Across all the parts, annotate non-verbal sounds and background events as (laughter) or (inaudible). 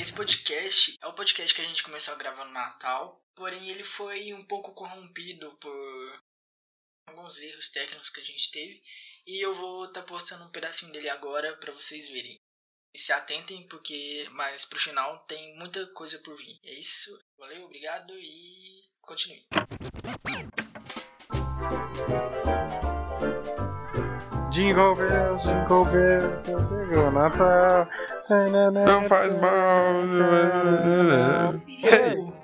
Esse podcast é o podcast que a gente começou a gravar no Natal, porém ele foi um pouco corrompido por alguns erros técnicos que a gente teve. E eu vou estar postando um pedacinho dele agora para vocês verem. E se atentem, porque mais pro final tem muita coisa por vir. É isso. Valeu, obrigado e continue. Jingle bells, jingle bells, eu chego Natal. Não faz mal.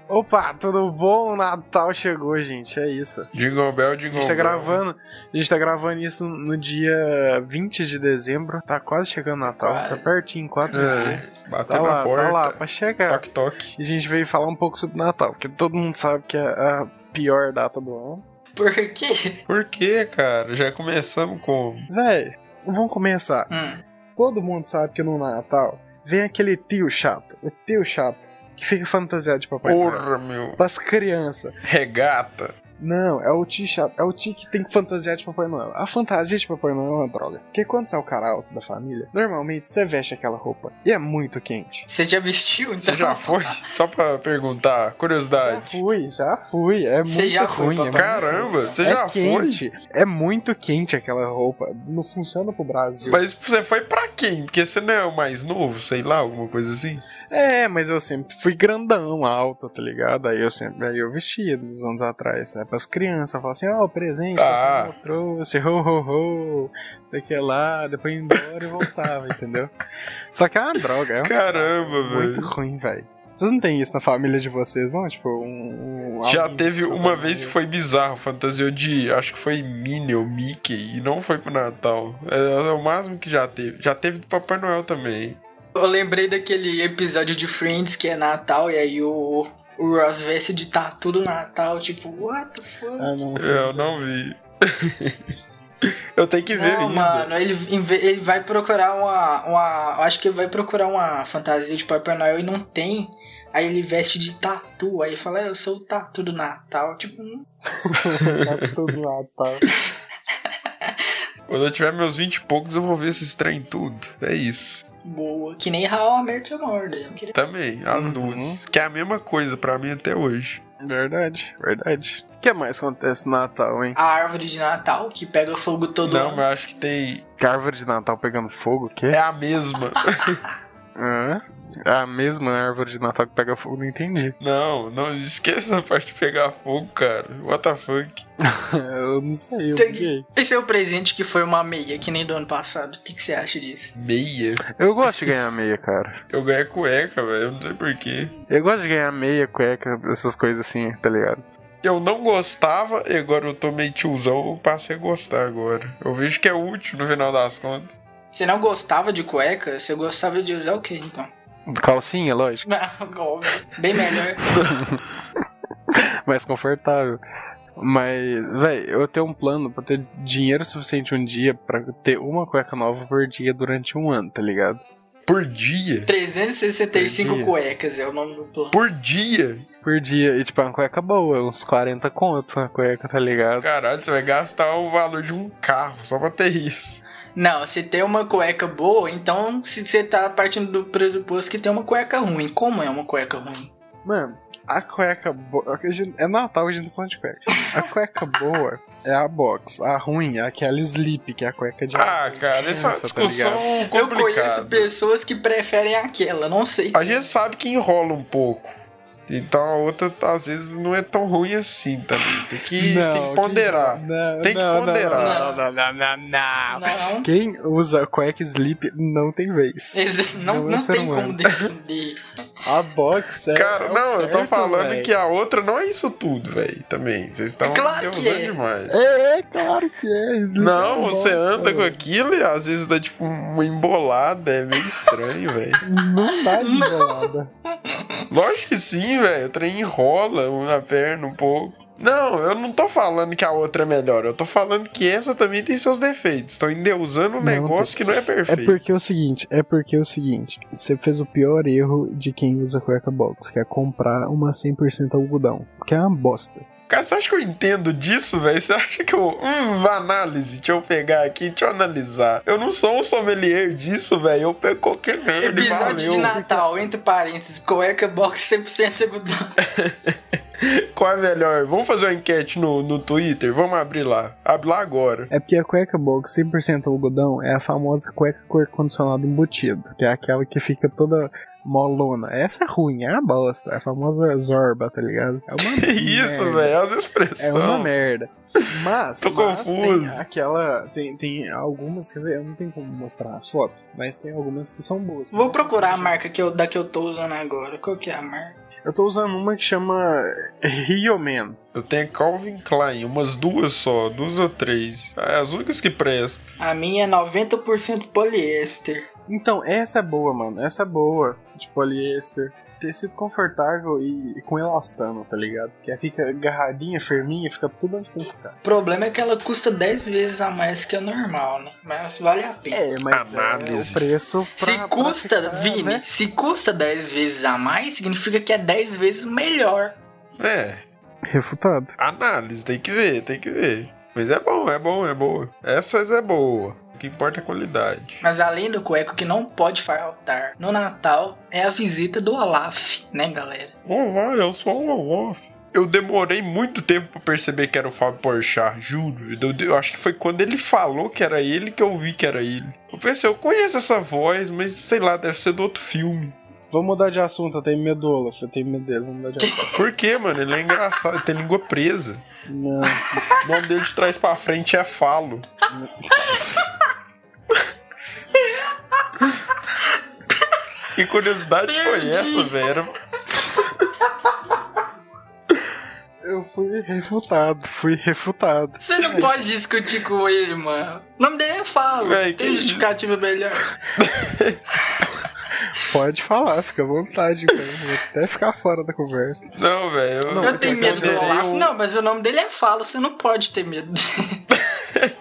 Opa, tudo bom? O Natal chegou, gente. É isso. Jingle Bell, A Jingle gente tá Bell. gravando, a gente tá gravando isso no, no dia 20 de dezembro. Tá quase chegando o Natal. Quase. Tá pertinho, quatro dias. É, bater Tá na lá, porta. tá lá, pra chegar. Toque, toque. E a gente veio falar um pouco sobre Natal, porque todo mundo sabe que é a pior data do ano. Por quê? Por que, cara? Já começamos com. Véi, vamos começar. Hum, Todo mundo sabe que no Natal vem aquele tio chato, o tio chato, que fica fantasiado de Papai Noel. Porra, meu. Pras crianças. Regata. Não, é o tio chato. É o tio que tem que fantasiar de Papai Noel. A fantasia de Papai Noel é uma droga. Porque quando você é o cara alto da família, normalmente você veste aquela roupa. E é muito quente. você já vestiu? Então? Você (laughs) já foi? (laughs) Só pra perguntar, Já curiosidade. fui, já fui. É muito Você já foi, ruim. é Papai muito- Caramba, você é já foi? quente. É muito quente aquela roupa. Não funciona pro Brasil. Mas você foi pra quem? Porque você não é o mais novo, sei lá, alguma coisa assim? É, mas eu sempre fui grandão, alto, tá ligado? Aí eu sempre, aí eu vestia dos anos atrás, né? Pras crianças, eu falava assim, ó, o presente, Ah. que eu trouxe, ho, ho, ho, não sei o que lá, depois ia embora e voltava, entendeu? Só que é uma droga, é um Caramba, saco, muito velho. ruim, velho. Vocês não tem isso na família de vocês, não? Tipo, um... um Já alguém teve da uma família. vez que foi bizarro, fantasiou de. Acho que foi Minnie ou Mickey, e não foi pro Natal. É, é o máximo que já teve. Já teve do Papai Noel também. Eu lembrei daquele episódio de Friends que é Natal e aí o, o Ross veste de tatu do Natal, tipo, what the fuck? Ah, não. Eu não vi. (laughs) Eu tenho que ver Não, ainda. mano, ele, em ve- ele vai procurar uma, uma. eu Acho que ele vai procurar uma fantasia de Papai Noel e não tem. Aí ele veste de tatu. Aí fala, "É, eu sou o tatu do Natal. Tipo, hum, Tá tudo lá, tá. Quando eu tiver meus 20 e poucos, eu vou ver esses trem tudo. É isso. boa. Que nem How I Met Your Mother. Eu queria- Também, as Uhum. duas. Que é a mesma coisa pra mim até hoje. Verdade, verdade. O que mais acontece no Natal, hein? A árvore de Natal, que pega fogo todo não, ano. mas acho que tem. Que a árvore de Natal pegando fogo, o quê? É a mesma. (laughs) Hã? É? A mesma árvore de Natal que pega fogo, não (laughs) entendi. não, não esqueça essa parte de pegar fogo, cara. What the fuck? eu não sei, eu Tem- buguei. Esse é o presente que foi uma meia, que nem do ano passado. O que, que você acha disso? Meia? Eu gosto de ganhar meia, cara. Eu ganhei cueca, velho. Eu não sei porquê. Eu gosto de ganhar meia, cueca, essas coisas assim, tá ligado? Eu não gostava e agora eu tô meio tiozão. Eu passei a gostar agora. Eu vejo que é útil no final das contas. Você não gostava de cueca? Você gostava de usar o quê, então? (laughs) Calcinha, lógico, (laughs) Não, óbvio. Bem melhor. mais confortável. Mas, véi, eu tenho um plano pra ter dinheiro suficiente um dia pra ter uma cueca nova por dia durante um ano, tá ligado? Por dia? 365 Entendi. cuecas é o nome do plano. Por dia? Por dia, e tipo, é uma cueca boa, uns 40 contos na cueca, tá ligado? Caralho, você vai gastar o valor de um carro só pra ter isso. Não, se tem uma cueca boa, então se você tá partindo do pressuposto que tem uma cueca ruim. Como é uma cueca ruim? Mano, a cueca boa. É Natal, a gente tá falando de cueca. (laughs) A cueca boa é a box. A ruim é aquela sleep, que é a cueca de. Ah, cara, essa é uma Nossa, tá discussão Eu conheço complicada. pessoas que preferem aquela, não sei. A gente sabe que enrola um pouco. Então a outra às vezes não é tão ruim assim também. Tem que, tem que ponderar. quem- não, Tem que não, não, ponderar. Não, não, não, não, não. Não, Quem usa cueca sleep não tem (laughs) vez. exi- não, Não é não ser tem humano. como (laughs) defender. A box é. Cara, é o não, eu tô certo, falando véi. que a outra não é isso tudo, velho. Também. Vocês estão É claro que é. demais. É, é, claro que é. Sleep é Não, uma você bosta, anda com véi. aquilo e às vezes dá tipo uma embolada, é meio estranho, (laughs) velho. Não dá de bolada. Lógico que sim, velho. O trem enrola na perna um pouco. Não, eu não tô falando que a outra é melhor. Eu tô falando que essa também tem seus defeitos. Estão endeusando um Não, negócio tá- que não é É perfeito. porque é o seguinte, é porque é o seguinte, você fez o pior erro de quem usa cueca box, que é comprar uma 100% algodão, que é uma bosta. Cara, você acha que eu entendo disso, velho? Você acha que eu. Hum, análise. Deixa eu pegar aqui, deixa eu analisar. Eu não sou um sommelier disso, velho. Eu pego qualquer merda e Episódio de valeu. Natal, entre parênteses, cueca box (laughs) 100% algodão. Qual é melhor? Vamos fazer uma enquete no, no Twitter? Vamos abrir lá. Abre lá agora. (laughs) É porque a cueca box 100% algodão é a famosa cueca com ar-condicionado embutido, que é aquela que fica toda molona. Essa é ruim, é a bosta, é a famosa zorba, tá ligado? É uma (laughs) Que isso, merda. velho? As É uma expressões. merda. Mas, (laughs) Tô mas tem confuso. aquela. Tem, tem algumas. Quer ver? Eu não tenho como mostrar a foto, mas tem algumas que são boas. Vou procurar a marca que eu, da que eu tô usando agora. Qual que é a marca? Eu tô usando uma que chama Riomen. Eu tenho Calvin Klein, umas duas só, duas ou três. É as únicas que prestam. A minha é 90% poliéster. Então, essa é boa, mano. Essa é boa. De poliéster. Tecido confortável e, e com elastano, tá ligado? Que aí fica agarradinha, firminha, fica tudo onde tem que ficar. O problema é que ela custa 10 vezes a mais que a normal, né? Mas vale a pena. É, mas é o Análise. preço pra, Se pra custa, ficar, Vini, né? se custa 10 vezes a mais, significa que é 10 vezes melhor. É, Refutado. análise, tem que ver, tem que ver. Mas é bom, é bom, é boa. Essas é boa. O que importa é a qualidade. Mas além do cueco que não pode faltar no Natal, é a visita do Olaf, né, galera? Vovó, eu sou uma vovó. Eu demorei muito tempo pra perceber que era o Fábio Porchat, juro. Eu, eu acho que foi quando ele falou que era ele que eu vi que era ele. Eu pensei, eu conheço essa voz, mas sei lá, deve ser do outro filme. Vamos mudar de assunto, eu tenho medo do Olaf, eu tenho medo dele, vamos mudar de assunto. Por quê, mano? Ele é engraçado, ele tem língua presa. Não. O nome dele de trás pra frente é Falo. que curiosidade foi Perdi. essa, velho? Eu fui refutado, fui refutado. Você não (laughs) pode discutir com ele, mano. O nome dele é Falo. Véi, Tem que- justificativa (laughs) melhor. Pode falar, fica à vontade, então. Vou até ficar fora da conversa. Não, velho. Não, eu tenho medo do ponderei Olaf. o- Não, mas o nome dele é Falo. Você não pode ter medo dele.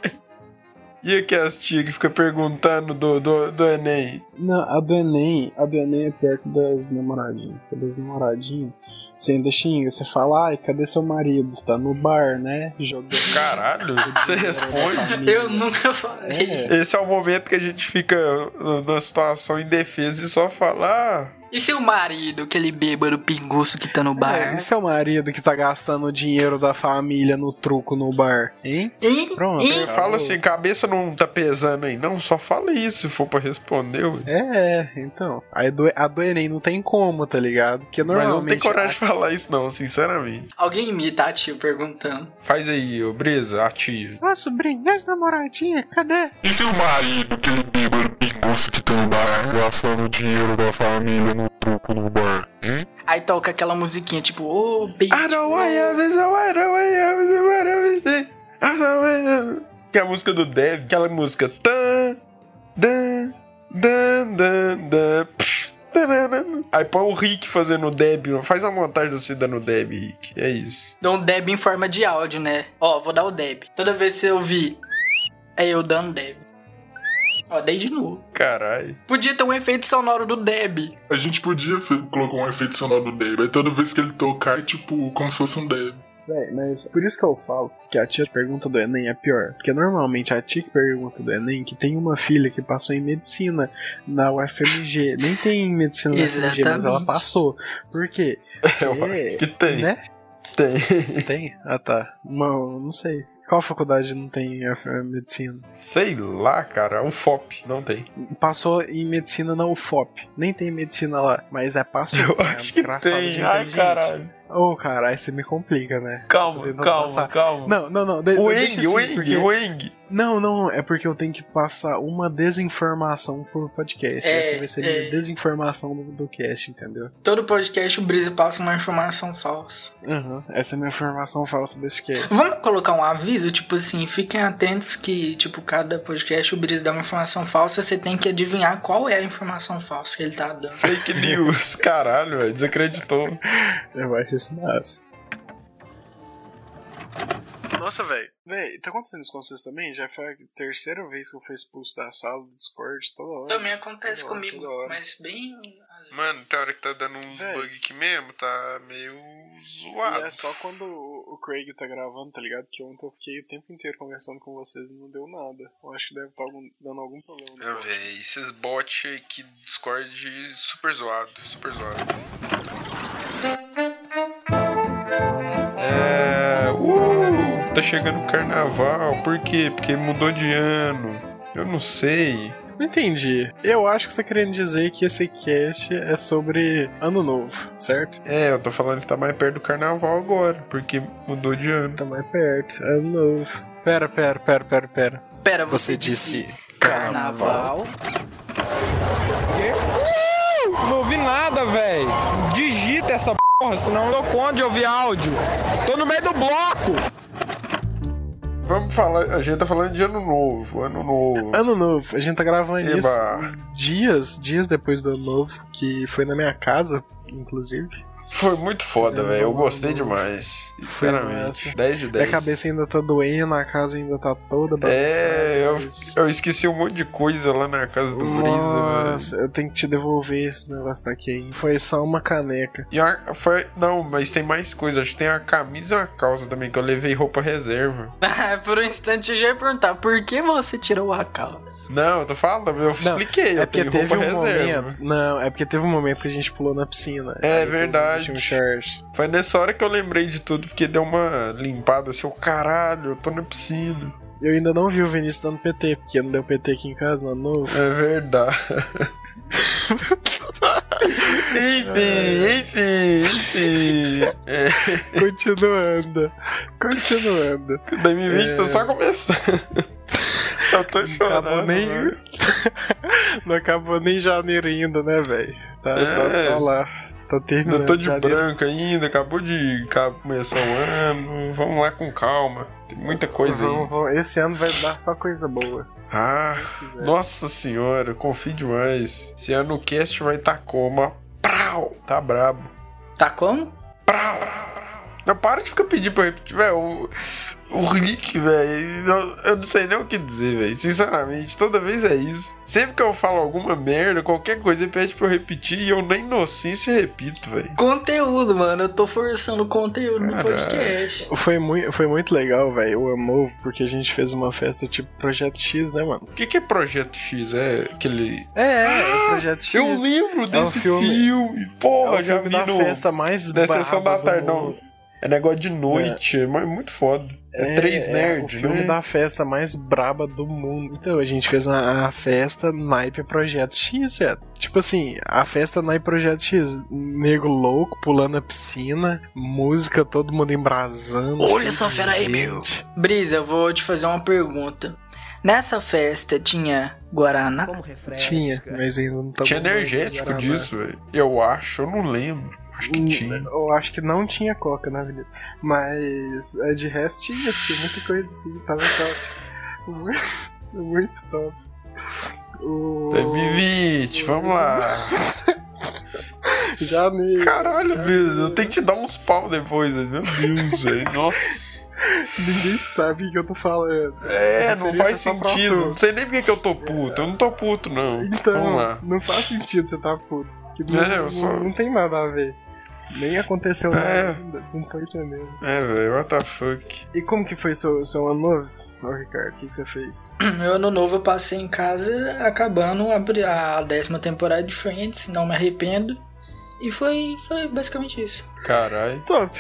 E aqui as tia que fica perguntando do, do, do Enem? Não, a do Enem, a do Enem é perto das namoradinhas. Porque das namoradinhas, você ainda xinga, você fala, ai, cadê seu marido? Tá no bar, né? (laughs) Jogando. Caralho, você responde? Eu nunca falei. É. Esse é o momento que a gente fica numa situação indefesa e só "Ah, falar. E seu marido, aquele bêbado pinguço que tá no É, bar? e seu marido que tá gastando o dinheiro da família no truco no bar, hein? Hein? Pronto. Hein? Tá Fala bom. assim, cabeça não tá pesando aí. Não, só fala isso se for pra responder. ué. É, é, então. Aí do- a do Enem não tem como, tá ligado? Porque Mas não normalmente. tem coragem de falar isso, não, sinceramente. Alguém imita a tio perguntando. Faz aí, ô Brisa, a tia. Ah, sobrinho, e as namoradinhas, cadê? E seu marido, aquele bêbado pinguço que tem no bar, gastando o dinheiro da família no truco no bar, hein? Aí toca aquela musiquinha tipo, ô, baby. I don't wanna have it, I don't wanna have it, I don't wanna have it, I don't wanna have it. Que é a música do Dev, aquela música. Tan, dan, dan, dan, dan, psh, taranan. Aí põe o Rick fazendo o Deb, faz a montagem você dando o Deb, Rick. É isso. Dou um deb em forma de áudio, né? Ó, vou dar o deb. Toda vez que eu ouvir, é eu dando deb. Ó, dei de novo. Caralho. Podia ter um efeito sonoro do deb. A gente podia fe- colocar um efeito sonoro no Dave, aí toda vez que ele tocar é tipo como se fosse um Dave. Véi, mas por isso que eu falo que a tia pergunta do Enem é pior. Porque normalmente a tia que pergunta do Enem, que tem uma filha que passou em medicina na UFMG, nem tem medicina na UFMG, mas Exatamente. ela passou. Por quê? Eu acho que tem, Né? tem. Tem? Ah tá. Não, não sei. Qual faculdade não tem F- medicina? Sei lá, cara, um FOP, não tem. Passou em medicina na UFOP. Nem tem medicina lá, mas é passou. Eu É um acho que desgraçado de tem. Ai, inteligente. caralho. Ô, caralho, você me complica, né? Tô Calma, tentando calma, passar. calma. Não, não, não. de- O deixa Eng, o assim, Eng, porque- o Eng. Não, não, é porque eu tenho que passar uma desinformação por podcast. É, Essa vai ser a é. minha desinformação do, do cast, entendeu? Todo podcast o Brisa passa uma informação falsa. Aham, Essa é a minha informação falsa desse cast. Vamos colocar um aviso, tipo assim, fiquem atentos que, tipo, cada podcast o Brisa dá uma informação falsa, você tem que adivinhar qual é a informação falsa que ele tá dando. (laughs) Fake news, caralho, velho, desacreditou. Eu acho isso massa. Nossa, velho. Véi, tá acontecendo isso com vocês também? Já foi a terceira vez que eu fui expulso da sala do Discord toda hora. Também acontece Toda hora, comigo, toda hora. mas bem. É. Mano, tem hora que tá dando uns Véi. bug aqui mesmo, tá meio E zoado. é só quando o o Craig tá gravando, tá ligado? Que ontem eu fiquei o tempo inteiro conversando com vocês e não deu nada. Eu acho que deve estar dando algum problema. no Ah, bot. véi, esses bots aqui do Discord super zoado, super zoado. É, uh, tá chegando o carnaval, por quê? Porque mudou de ano. Eu não sei. Não entendi. Eu acho que você tá querendo dizer que esse cast é sobre ano novo, certo? É, eu tô falando que tá mais perto do carnaval agora, porque mudou de ano. Tá mais perto. Ano novo. Pera, pera, pera, pera, pera. Pera, Você disse carnaval. (laughs) Não ouvi nada, velho. Digita essa porra, senão eu não dou conta de ouvir áudio. Tô no meio do bloco. Vamos falar, a gente tá falando de ano novo, ano novo. Ano novo. A gente tá gravando isso Eba. dias, dias depois do ano novo, que foi na minha casa, inclusive. Foi muito foda, Fizemos velho. Eu um gostei ano novo. demais. Foi Sinceramente. massa. 10 de 10. Minha cabeça ainda tá doendo, a casa ainda tá toda bagunçada. É, eu, mas- eu esqueci um monte de coisa lá na casa do Brisa, velho. Nossa, eu tenho que te devolver esse negócio daqui aí. Foi só uma caneca. E a, foi, não, mas tem mais coisa. Acho que tem a camisa e uma calça também, que eu levei roupa reserva. Por um instante eu já ia perguntar, por que você tirou a calça? Não, eu tô falando, eu expliquei. é eu porque tenho teve roupa um reserva. momento. Não, é porque teve um momento que a gente pulou na piscina. É Aí todo mundo verdade. vestiu Um short. Foi nessa hora que eu lembrei de tudo, porque deu uma limpada assim, eu, caralho, eu tô na piscina. Eu ainda não vi o Vinícius dando PT, porque não deu PT aqui em casa, não novo. É verdade. É. enfim, enfim, enfim. (laughs) É, Continuando. Continuando. 2020 tá É. só começando. eu tô chorando. né? acabou nem. velho. (laughs) não acabou nem janeiro ainda, né, velho? Tá, É. tá- tá lá. Tá Ainda terminando. tô de janeiro. branco ainda, acabou de ca- começar o ano. Vamos lá com calma. Tem muita coisa aí. Vamos- vamos- Esse ano vai dar só coisa boa. Ah, se quiser. nossa senhora, confio demais. Esse ano o cast vai tá como? Prau! Tá brabo. Tá como? Prau! Não, para de ficar pedindo pra eu repetir, velho. O, o Rick, velho, eu, eu não sei nem o que dizer, velho. Sinceramente, toda vez é isso. Sempre que eu falo alguma merda, qualquer coisa, ele pede pra eu repetir e eu na inocência repito, velho. Conteúdo, mano. Eu tô forçando o conteúdo do Caralho. podcast. Foi muito, foi muito legal, velho, o ano novo, porque a gente fez uma festa tipo Projeto X, né, mano? O que, que é Projeto X? É aquele É, é, é Projeto X. É um Eu lembro desse filme. filme. Porra, é o já filme vi da no... festa mais na braba sessão da do tarde, não. mundo. É negócio de noite, mas muito foda. É, três o nerds, filme né? da festa mais braba do mundo. Então, a gente fez a, a festa naipe Projeto X, velho. Tipo assim, a festa naipe Projeto X. Nego louco, pulando a piscina, música, todo mundo embrasando. Olha cheio essa de fera aí, meu. gente. Brisa, eu vou te fazer uma pergunta. Nessa festa tinha Guaraná? Tinha, mas ainda não tá Tinha energético disso, velho. Eu acho, eu não lembro. Acho que Hum, tinha. Eu acho que não tinha coca na Vinícius. Mas é, de resto tinha, tinha muita coisa assim, tava top. (laughs) Muito, muito top. Tá O... 2020, É, vamos lá. Janeiro. Caralho, Brisa, eu tenho que te dar uns pau depois, velho. meu Deus, velho. Nossa. Ninguém sabe o que eu tô falando. É, não Referência faz só pra sentido. tu. Não sei nem porque que eu tô puto. Eu não tô puto, não. Vamos Então, lá. não faz sentido você tá puto. Que não, É, eu não- sou- não tem nada a ver. Nem aconteceu nada É. ainda. Não tô entendendo. É, velho, what the fuck. E como que foi seu, seu ano novo, ô Ricardo? O que, que você fez? Meu ano novo eu passei em casa acabando a, pri- a décima temporada de Friends, não me arrependo. E foi, foi basicamente isso. Caralho. Top.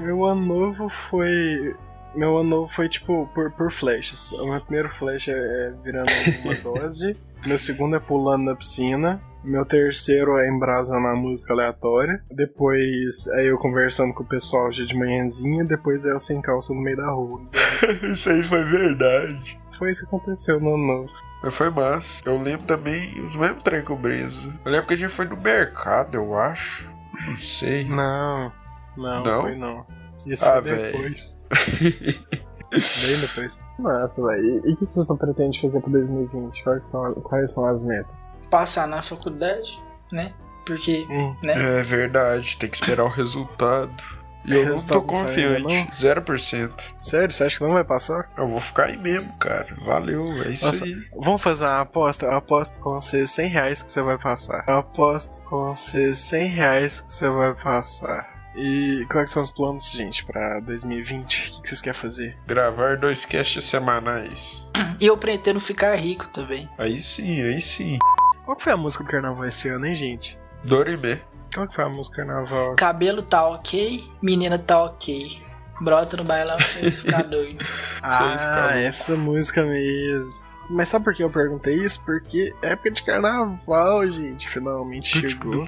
Meu ano novo foi. Meu ano novo foi tipo por, por flechas. O meu primeiro flash é, é virando (laughs) uma dose. Meu segundo é pulando na piscina. Meu terceiro é embrasando a música aleatória. Depois é eu conversando com o pessoal já de manhãzinha. Depois é eu sem calça no meio da rua. (laughs) Isso aí foi verdade. Foi isso que aconteceu no ano novo. Mas foi massa. Eu lembro também os mesmos trem com o Brisa. Eu lembro que a gente foi no mercado, eu acho. Não sei. Não, não, Não? foi não. Isso Ah, foi véi. (laughs) depois. Bem depois. Nossa, velho. E o que, que vocês não pretendem fazer pra 2020? Quais são, quais são as metas? Passar na faculdade, né? Porque Hum, É verdade, tem que esperar o resultado. E eu não tô Resultado não saiu ainda, confiante. 0%. Sério, você acha que não vai passar? Eu vou ficar aí mesmo, cara. Valeu, é isso Nossa. aí. Vamos fazer uma aposta. Eu aposto com você 100 reais que você vai passar. Eu aposto com você 100 reais que você vai passar. E quais são os planos, gente, pra 2020? O que que vocês querem fazer? Gravar dois casts semanais. E eu pretendo ficar rico também. Aí sim, aí sim. Qual que foi a música do carnaval esse ano, hein, gente? Dorime. Qual que foi a música do carnaval? Cabelo tá ok, menina tá ok. Brota no bailão pra você ficar doido. Só isso, Ah, cara. essa música mesmo. Mas sabe por que eu perguntei isso? Porque é época de carnaval, gente, finalmente chegou.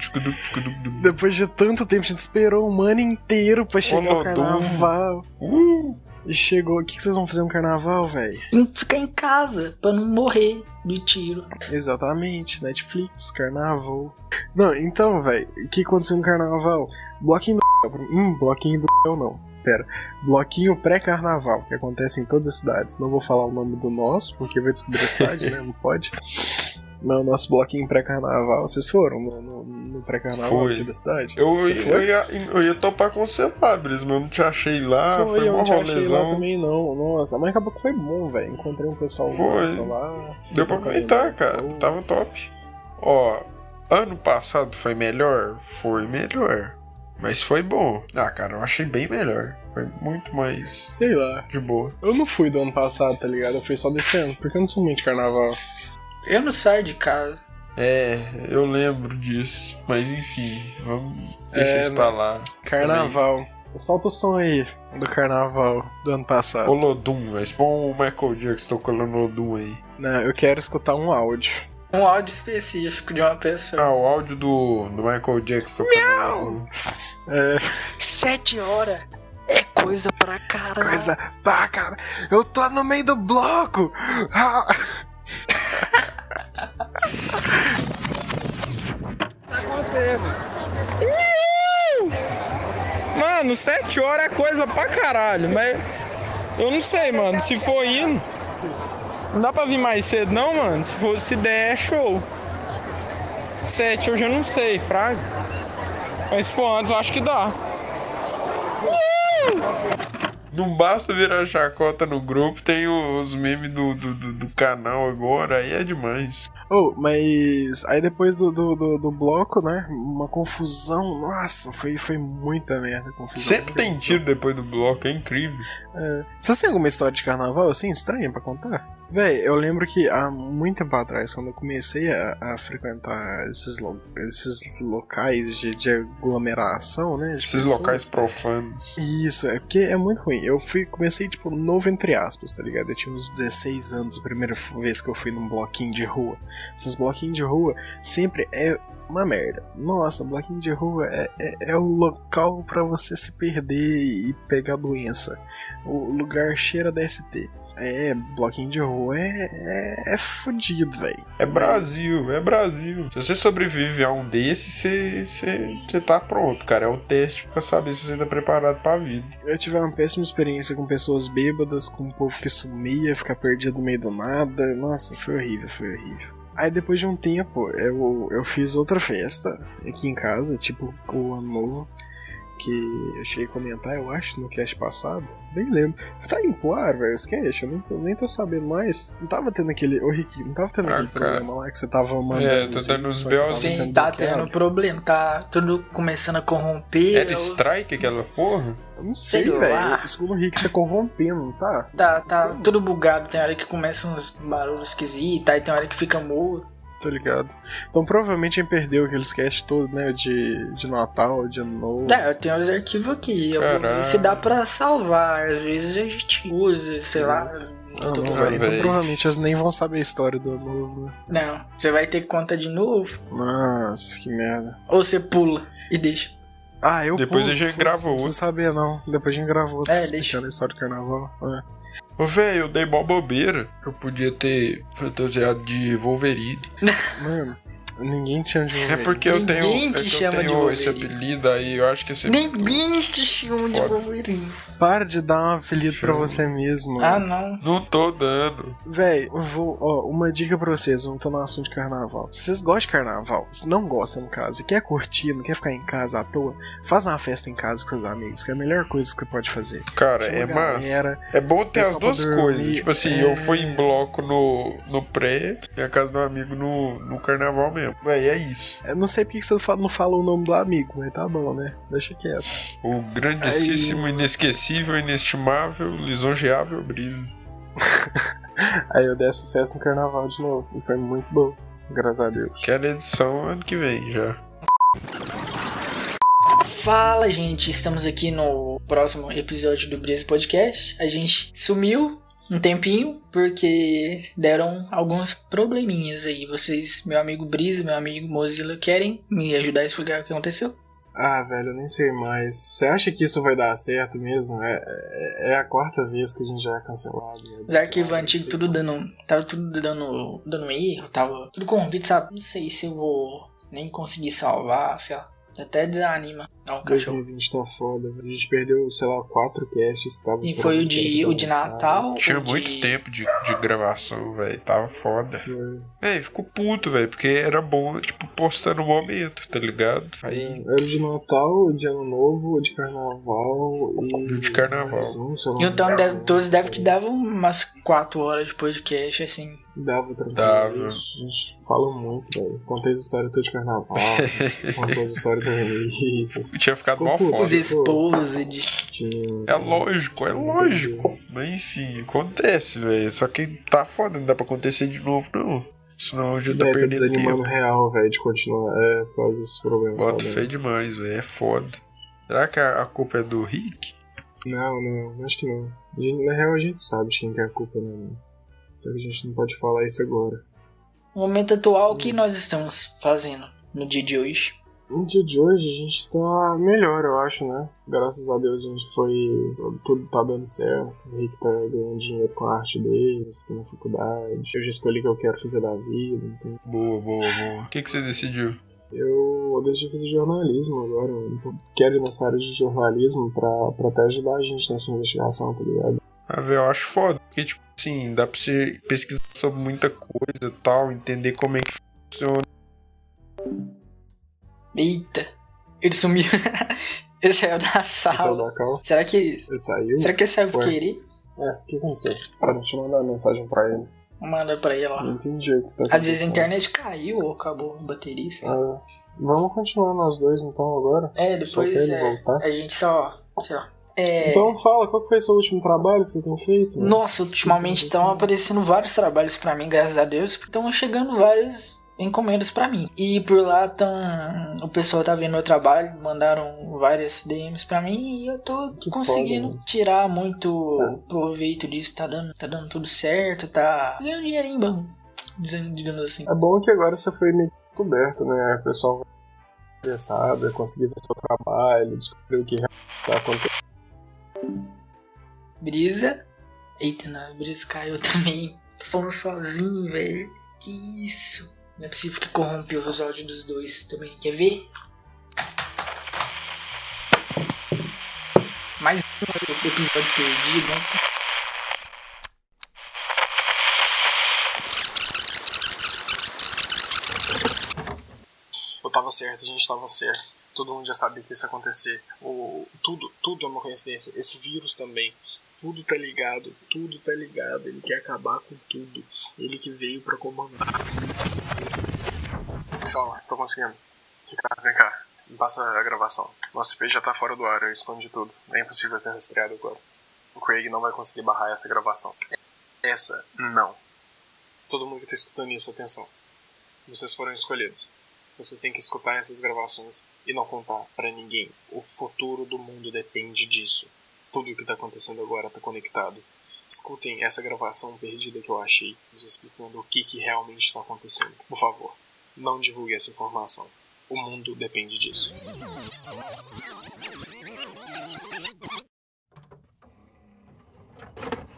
Depois de tanto tempo, a gente esperou um ano inteiro pra chegar o Olodum. carnaval. Uh, E chegou. O que que vocês vão fazer no carnaval, velho? E Ficar em casa pra não morrer de tiro. Exatamente, Netflix, carnaval. Não, então, velho, o que aconteceu no carnaval? Bloquinho do. Hum, bloquinho do. Não, pera. Bloquinho pré-carnaval, que acontece em todas as cidades. Não vou falar o nome do nosso, porque vai descobrir a cidade, né? Não pode. Mas o nosso bloquinho pré-carnaval, vocês foram no, no- no pré-carnaval Foi. aqui da cidade? eu, Você eu, ia, eu ia topar com você lá, Bris, mas eu não te achei lá. foi, ah, foi eu uma não te achei lá rolezão. também, não. Nossa, mas acabou que foi bom, velho. Encontrei um pessoal Foi. massa lá. Deu pra aproveitar, cara. Boa. Tava top. Ó, ano passado foi melhor? Foi melhor. Mas foi bom. Ah, cara, eu achei bem melhor. Foi muito mais Sei lá. de boa. Eu não fui do ano passado, tá ligado? Eu fui só desse ano, porque eu não sou muito de carnaval. Eu não saio de casa. É, eu lembro disso. Mas enfim, vamos deixar É, isso pra lá. Carnaval. Solta o som aí do carnaval do ano passado. Olodum, mas põe o é tipo um Michael Jackson tocando Olodum aí. Não, eu quero escutar um áudio. Um áudio específico de uma pessoa. Ah, o áudio do, do Michael Jackson tocando Olodum. É, Sete horas é coisa pra caralho. coisa. Pá, cara, eu tô no meio do bloco! Ah! Mano, sete horas é coisa pra caralho, mas eu não sei, mano. Se for indo, não dá pra vir mais cedo, não, mano. Se, for, se der, é show. Sete eu já não sei, fraga. Mas se for antes, eu acho que dá. Não basta virar chacota no grupo, tem os memes do, do, do, do canal agora, aí é demais. Oh, mas aí depois do, do, do, do bloco, né? Uma confusão. Nossa, foi, foi muita merda a confusão. Sempre tem tiro depois do bloco, é incrível. Vocês têm alguma história de carnaval assim estranha pra contar? Véi, eu lembro que há muito tempo atrás, quando eu comecei a, a frequentar esses, lo- esses locais de, de aglomeração, né? de Esses pessoas. locais profanos. Isso, é porque é muito ruim. Eu fui, comecei, tipo, novo entre aspas, tá ligado? Eu tinha uns 16 anos, a primeira vez que eu fui num bloquinho de rua. Esses bloquinhos de rua sempre é uma merda. Nossa, bloquinho de rua é, é, é o local pra você se perder e pegar doença. O lugar cheira da ST. É, bloquinho de rua é, é, é fudido, velho. É Brasil, é Brasil. Se você sobrevive a um desses, você, você, você tá pronto, cara. É o teste pra saber se você tá preparado pra vida. Eu tive uma péssima experiência com pessoas bêbadas, com um povo que sumia, ficar perdido no meio do nada. Nossa, foi horrível, foi horrível. Aí depois de um tempo, eu, eu fiz outra festa aqui em casa, tipo o ano novo, que eu cheguei a comentar, eu acho, no cast passado. Nem lembro. Tá indo pro ar, velho, os cast, eu nem tô, nem tô sabendo mais. Não tava tendo aquele. Ô, Rick, não tava tendo Ah, aquele cara. problema lá que você tava mandando. É, tô os- tendo uns só que tava BOs. Sim, sendo tá bloqueado. tendo problema, tá tudo começando a corromper. Era strike aquela porra? Eu Não sei, Sei lá. velho. Segundo o Rick, tá corrompendo, não tá? Tá, tá tudo bugado, tem hora que começa uns barulhos esquisitos, aí tem hora que fica mudo. Tô ligado. Então provavelmente a gente perdeu aqueles cast todos, né? De, de Natal, de Ano Novo. É, eu tenho os arquivos aqui, eu vou ver se Caralho. dá pra salvar. Às vezes a gente usa, sei lá. Não, tudo Ah, velho, bem. então velho. provavelmente eles nem vão saber a história do Ano Novo. né? Não, você vai ter conta de novo, Nossa, que merda. ou você pula e deixa. Ah, eu Depois a gente foda-se, gravou Não precisa saber, não. Depois a gente gravou. É, É, deixa. explicando a história do carnaval. É. Ô, velho, eu dei mó bobeira. Eu podia ter fantasiado de Wolverine. Mano, ninguém tinha de É porque eu Ninguém tenho, é te que eu chama de tenho esse Wolverine. apelido aí, eu acho que esse Ninguém te chama de Foda. Wolverine. Para de dar um apelido pra Chama. você mesmo. Ah, Ah, não. Não tô dando. Véi, eu vou, ó, uma dica pra vocês, voltando ao assunto de carnaval. Se vocês gostam de carnaval, se não gostam no caso, e quer curtir, não quer ficar em casa à toa, faz uma festa em casa com seus amigos, que é a melhor coisa que você pode fazer. Cara, Chama é a massa. galera. É bom ter Pessoal as duas pra dormir, coisas. Tipo assim, é. eu fui em bloco no, no pré, e a casa do amigo no, no carnaval mesmo. mesmo. Véi, é isso. Eu não sei porque que você não fala- não fala o nome do amigo, mas tá bom, né? Deixa quieto. O grandíssimo, inesquecível, inestimável, lisonjeável Brise. Aí eu dei essa festa no carnaval de novo. E foi muito bom. Graças a Deus. Quero edição ano que vem já. Fala, gente. Estamos aqui no próximo episódio do Brisa Podcast. A gente sumiu um tempinho porque deram alguns probleminhas aí. Vocês, meu amigo Brisa, meu amigo Mozilla, querem me ajudar a explicar o que aconteceu? Ah, velho, eu nem sei mais. Você acha que isso vai dar certo mesmo? É, é, é a quarta vez que a gente já é cancelado. né? Os arquivos Ah, antigos, não sei. tudo dando. Tava tudo dando, dando erro, tava tudo corrompido, sabe? Não sei se eu vou nem conseguir salvar, sei lá. Até desanima. Não, cachorro. 2020 tá foda, velho. A gente perdeu, sei lá, quatro casts. Tava E foi o de, pronto, o de lançado. Natal. o Tinha de- muito tempo de, de gravação, velho. Tava foda. Foi. Véi, ficou É, puto, velho. Porque era bom, tipo, postar no momento, tá ligado? (laughs) Aí. Era o de Natal, o de Ano Novo, o de Carnaval e. E o de Carnaval. mais um, sei lá. E o Tony deve, todos devem que dava umas 4 horas de podcast, assim. Dava tranquilo. Dava. A gente fala muito, velho. Contei as histórias todas de (laughs) carnaval, contei as histórias do Relíquias. Tinha ficado Ficou mal puto. Os foda. exposed. Tinha. É lógico, é lógico. Mas enfim, acontece, velho. Só que tá foda, não dá pra acontecer de novo, não. Senão já tá Véi, tá perdendo desanimando tempo. real, velho, de continuar. É, por causa desses problemas. Bota tá fé vendo? demais, velho. É foda. Será que a, a culpa é do Rick? Não, não, acho que não. A gente- na real, a gente sabe de quem que é a culpa, né, mano? Só que a gente não pode falar isso agora. O momento atual o que nós estamos fazendo no dia de hoje. No dia de hoje a gente tá melhor, eu acho, né? Graças a Deus a gente foi. Tudo tá dando certo. O Rick tá ganhando dinheiro com a arte dele, está na faculdade. Eu já escolhi o que eu quero fazer da vida, então. Boa, boa, boa. O que, que você decidiu? Eu decidi fazer jornalismo agora. Eu quero ir nessa área de jornalismo pra, pra até ajudar a gente nessa investigação, tá ligado? Ah, velho, eu acho foda. Porque, tipo, assim, dá pra você pesquisar sobre muita coisa e tal, entender como é que funciona. Eita, ele sumiu. (laughs) ele saiu da Ele saiu sala. da cal, Será que. é ele saiu. Será que ele saiu por Ué. querer? É, o que aconteceu? Cara, deixa eu mandar uma mensagem pra ele. Manda pra ele Não lá. entendi o que tá acontecendo. Às vezes a internet caiu ou acabou a bateria. sei lá. Ah, vamos continuar nós dois então agora? É, Só pra depois ele é, voltar. a gente só. Sei lá. É. Então fala, qual que foi seu último trabalho que você tem feito? né? Nossa, ultimamente estão Sim. aparecendo vários trabalhos pra mim, graças a Deus. Estão chegando várias encomendas pra mim. E por lá tão, o pessoal tá vendo meu trabalho, mandaram várias DMs pra mim e eu tô Que conseguindo foda, tirar muito Tá. proveito disso, tá dando, tá dando tudo certo, tá ganhando dinheirinho bom, dizendo- digamos assim. É bom que agora você foi meio que descoberto, né? O pessoal vai interessado, vai conseguir ver seu trabalho, descobrir o que realmente tá acontecendo. Brisa. Eita, não, a brisa caiu (laughs) também. Tô falando sozinho, velho. Que isso? Não é possível que corrompeu os áudios dos dois também. Quer ver? Mais um episódio perdido. né? hein? Eu tava certo, a gente tava certo. Todo mundo já sabia que isso ia acontecer. O, tudo, tudo é uma coincidência. Esse vírus também. Tudo tá ligado, tudo tá ligado. Ele quer acabar com tudo. Ele que veio pra comandar. Calma, tô conseguindo. Ricardo, vem cá. Me passa a gravação. Nosso IP já tá fora do ar, eu escondi tudo. É impossível ser rastreado agora. O Craig não vai conseguir barrar essa gravação. Essa, não. Todo mundo que tá escutando isso, atenção. Vocês foram escolhidos. Vocês têm que escutar essas gravações e não contar pra ninguém. O futuro do mundo depende disso. Tudo o que tá acontecendo agora tá conectado. Escutem essa gravação perdida que eu achei, nos explicando o que, que realmente tá acontecendo. Por favor, não divulgue essa informação. O mundo depende disso.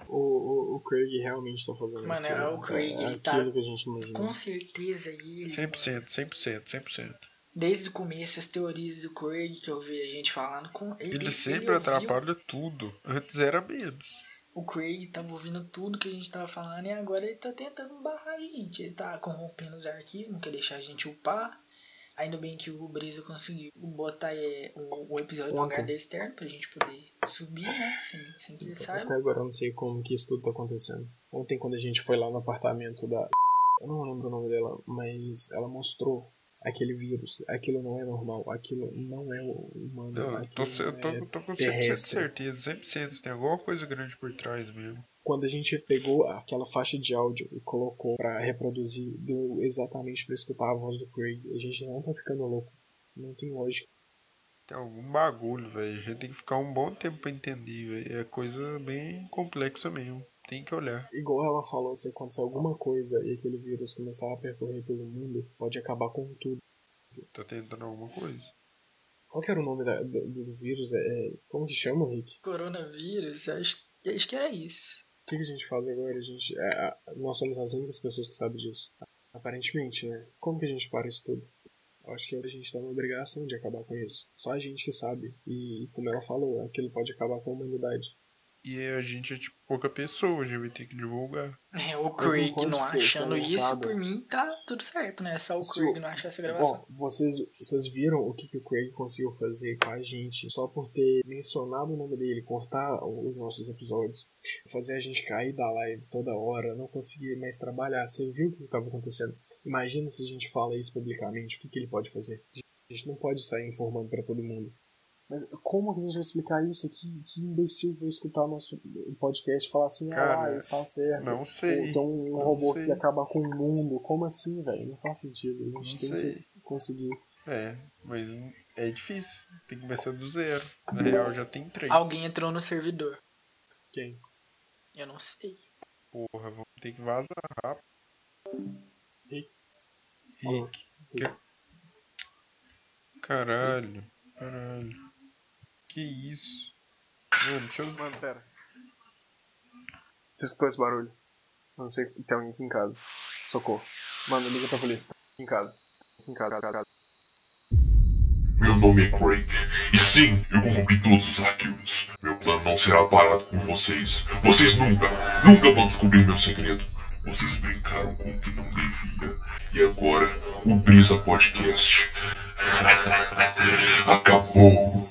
O, o, o Craig realmente tá fazendo Mano, é aquilo. o Craig, é, ele tá- aquilo que a gente imaginou. Com certeza ele. 100%, 100%, 100%. Desde o começo, as teorias do Craig que eu vi a gente falando com ele. Ele sempre ouviu- atrapalha tudo. Antes era menos. O Craig tava ouvindo tudo que a gente tava falando e agora ele tá tentando barrar a gente. Ele tá corrompendo os arquivos, não quer deixar a gente upar. Ainda bem que o Brisa conseguiu botar é, o, o episódio no Ontem. HD externo pra gente poder subir, né? Sem, sem que ele Até saiba. agora eu não sei como que isso tudo tá acontecendo. Ontem, quando a gente foi lá no apartamento da. Eu não lembro o nome dela, mas ela mostrou aquele vírus. Aquilo não é normal, aquilo não é humano. Eu tô, aquilo eu tô, é eu tô com 100% de terrestre. certeza, 100% tem alguma coisa grande por trás mesmo. quando a gente pegou aquela faixa de áudio e colocou pra reproduzir, deu exatamente pra escutar a voz do Craig. A gente não tá ficando louco. Não tem lógica. Tem algum bagulho, velho. A gente tem que ficar um bom tempo pra entender, velho. É coisa bem complexa mesmo. Tem que olhar. Igual ela falou, se acontecer alguma coisa e aquele vírus começar a percorrer pelo mundo, pode acabar com tudo. Tá tentando alguma coisa. Qual que era o nome da- do, do vírus? É, é- como que chama, Rick? Coronavírus, acho, acho que era isso. O que, que a gente faz agora? A gente, é, a- nós somos as únicas pessoas que sabem disso. Aparentemente, né? Como que a gente para isso tudo? Eu acho que a gente tá na obrigação de acabar com isso. Só a gente que sabe. E, como ela falou, aquilo pode acabar com a humanidade. E a gente é tipo pouca pessoa, a gente vai ter que divulgar. É, o não Craig pode não, ser, isso é achando isso, errado. por mim, tá tudo certo, né? Só o Se Craig o- não achar essa gravação. Bom, vocês, vocês viram o que, que o Craig conseguiu fazer com a gente só por ter mencionado o nome dele, cortar o- os nossos episódios, fazer a gente cair da live toda hora, não conseguir mais trabalhar. Você viu o que estava acontecendo? Imagina se a gente fala isso publicamente, o que, que ele pode fazer? A gente não pode sair informando para todo mundo. Mas como que a gente vai explicar isso? Que, que imbecil vai escutar nosso podcast e falar assim, ah, Cara, lá, está certo. Não sei. Então um robô sei. que acaba com o mundo. Como assim, velho? Não faz sentido. A gente Não tem sei. que conseguir. É, mas é difícil. Tem que começar do zero. Na real, já tem três. Alguém entrou no servidor. Quem? Eu não sei. Porra, vamos ter que vazar rápido. Rick. Rick. Que- Caralho. Caralho. Que isso? Mano, deixa eu. Mano, pera. Você escutou esse barulho? Eu Não sei, tem alguém aqui em casa. Socorro. Mano, liga pra polícia. Aqui Em casa. Aqui Em casa, casa, casa. Meu nome é Craig, e sim, eu corrompi todos os arquivos. Meu plano não será parado por vocês. Vocês nunca, nunca vão descobrir meu segredo. Vocês brincaram com o que não devia. E agora, o Brisa Podcast (laughs) acabou.